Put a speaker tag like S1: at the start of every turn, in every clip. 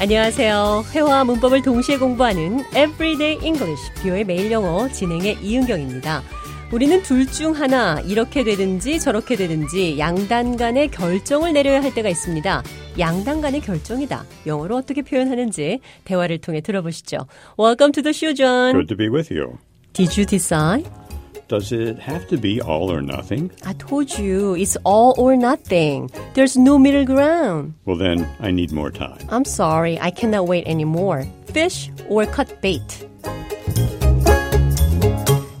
S1: 안녕하세요. 회화와 문법을 동시에 공부하는 Everyday English, 비오의 매일 영어 진행의 이은경입니다. 우리는 둘 중 하나, 이렇게 되든지 저렇게 되든지 양단 간의 결정을 내려야 할 때가 있습니다. 양단 간의 결정이다. 영어로 어떻게 표현하는지 대화를 통해 들어보시죠. Welcome to the show, John.
S2: Good to be with you.
S1: Did you decide?
S2: Does it have to be all or nothing?
S1: I told you, it's all or nothing. There's no middle ground.
S2: Well, then, I need more time.
S1: I'm sorry, I cannot wait anymore. Fish or cut bait?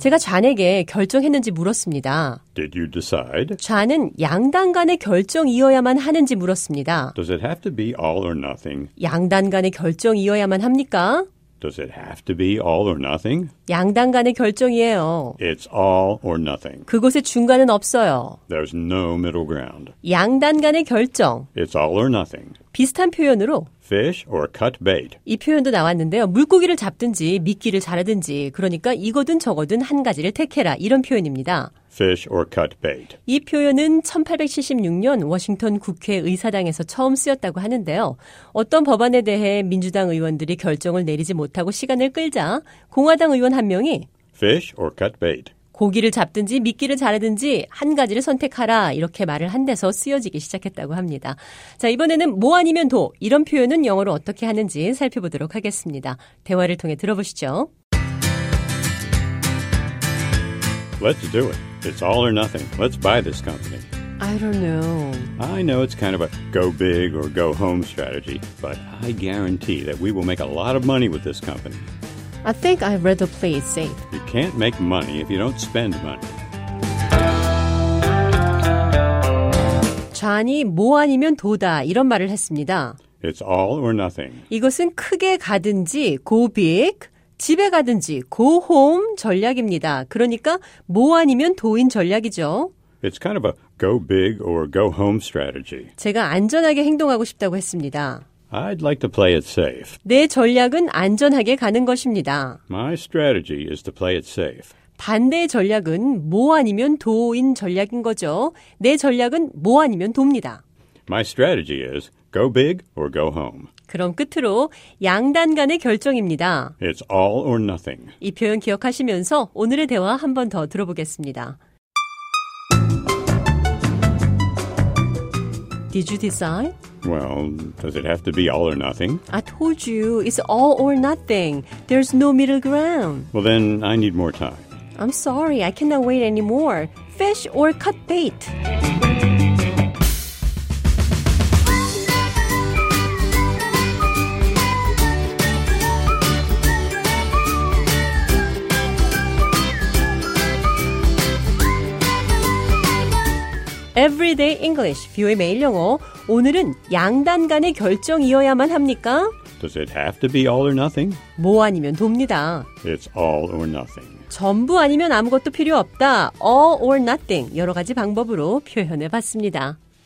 S1: 제가 잔에게 결정했는지 물었습니다.
S2: Did you decide?
S1: 좌는 양단 간의 결정이어야만 하는지 물었습니다.
S2: Does it have to be all or nothing?
S1: 양단 간의 결정이어야만 합니까?
S2: Does it have to be all or nothing?
S1: 양단 간의 결정이에요.
S2: It's all or nothing.
S1: 그곳에 중간은 없어요.
S2: There's no middle ground.
S1: 양단 간의 결정.
S2: It's all or nothing.
S1: 비슷한 표현으로
S2: Fish or cut bait.
S1: 이 표현도 나왔는데요. 물고기를 잡든지 미끼를 자라든지 그러니까 이거든 저거든 한 가지를 택해라 이런 표현입니다.
S2: Fish or cut bait.
S1: 이 표현은 1876년 워싱턴 국회 의사당에서 처음 쓰였다고 하는데요. 어떤 법안에 대해 민주당 의원들이 결정을 내리지 못하고 시간을 끌자 공화당 의원 한 명이
S2: Fish or cut bait.
S1: 고기를 잡든지 미끼를 자르든지 한 가지를 선택하라 이렇게 말을 한 데서 쓰여지기 시작했다고 합니다. 자, 이번에는 뭐 아니면 도 이런 표현은 영어로 어떻게 하는지 살펴보도록 하겠습니다. 대화를 통해 들어보시죠.
S2: Let's do it. It's all or nothing. Let's buy this company.
S1: I don't know.
S2: I know it's kind of a go big or go home strategy, but I guarantee that we will make a lot of money with this company.
S1: I think I'd rather play it safe.
S2: You can't make money if you don't spend money.
S1: 좌니 뭐 아니면 도다 이런 말을 했습니다.
S2: It's all or nothing.
S1: 이것은 크게 가든지 고빅, 집에 가든지 고홈 전략입니다. 그러니까 뭐 아니면 도인 전략이죠.
S2: It's kind of a go big or go home strategy.
S1: 제가 안전하게 행동하고 싶다고 했습니다.
S2: I'd like to play it safe.
S1: 내 전략은 안전하게 가는 것입니다.
S2: My strategy is to play it safe.
S1: 반대의 전략은 뭐 아니면 도인 전략인 거죠. 내 전략은 뭐 아니면 도입니다.
S2: My strategy is go big or go home.
S1: 그럼 끝으로 양단 간의 결정입니다.
S2: It's all or nothing.
S1: 이 표현 기억하시면서 오늘의 대화 한 번 더 들어보겠습니다. Did you decide?
S2: Well, does it have to be all or nothing?
S1: I told you it's all or nothing. There's no middle ground.
S2: Well, then I need more time.
S1: I'm sorry, I cannot wait anymore. Fish or cut bait. Everyday English, 뷰의 매일 영어. 오늘은 양단 간의 결정이어야만 합니까?
S2: Does it have to be all or nothing?
S1: 뭐 아니면 돕니다.
S2: It's all or nothing.
S1: 전부 아니면 아무것도 필요 없다. all or nothing 여러 가지 방법으로 표현해 봤습니다.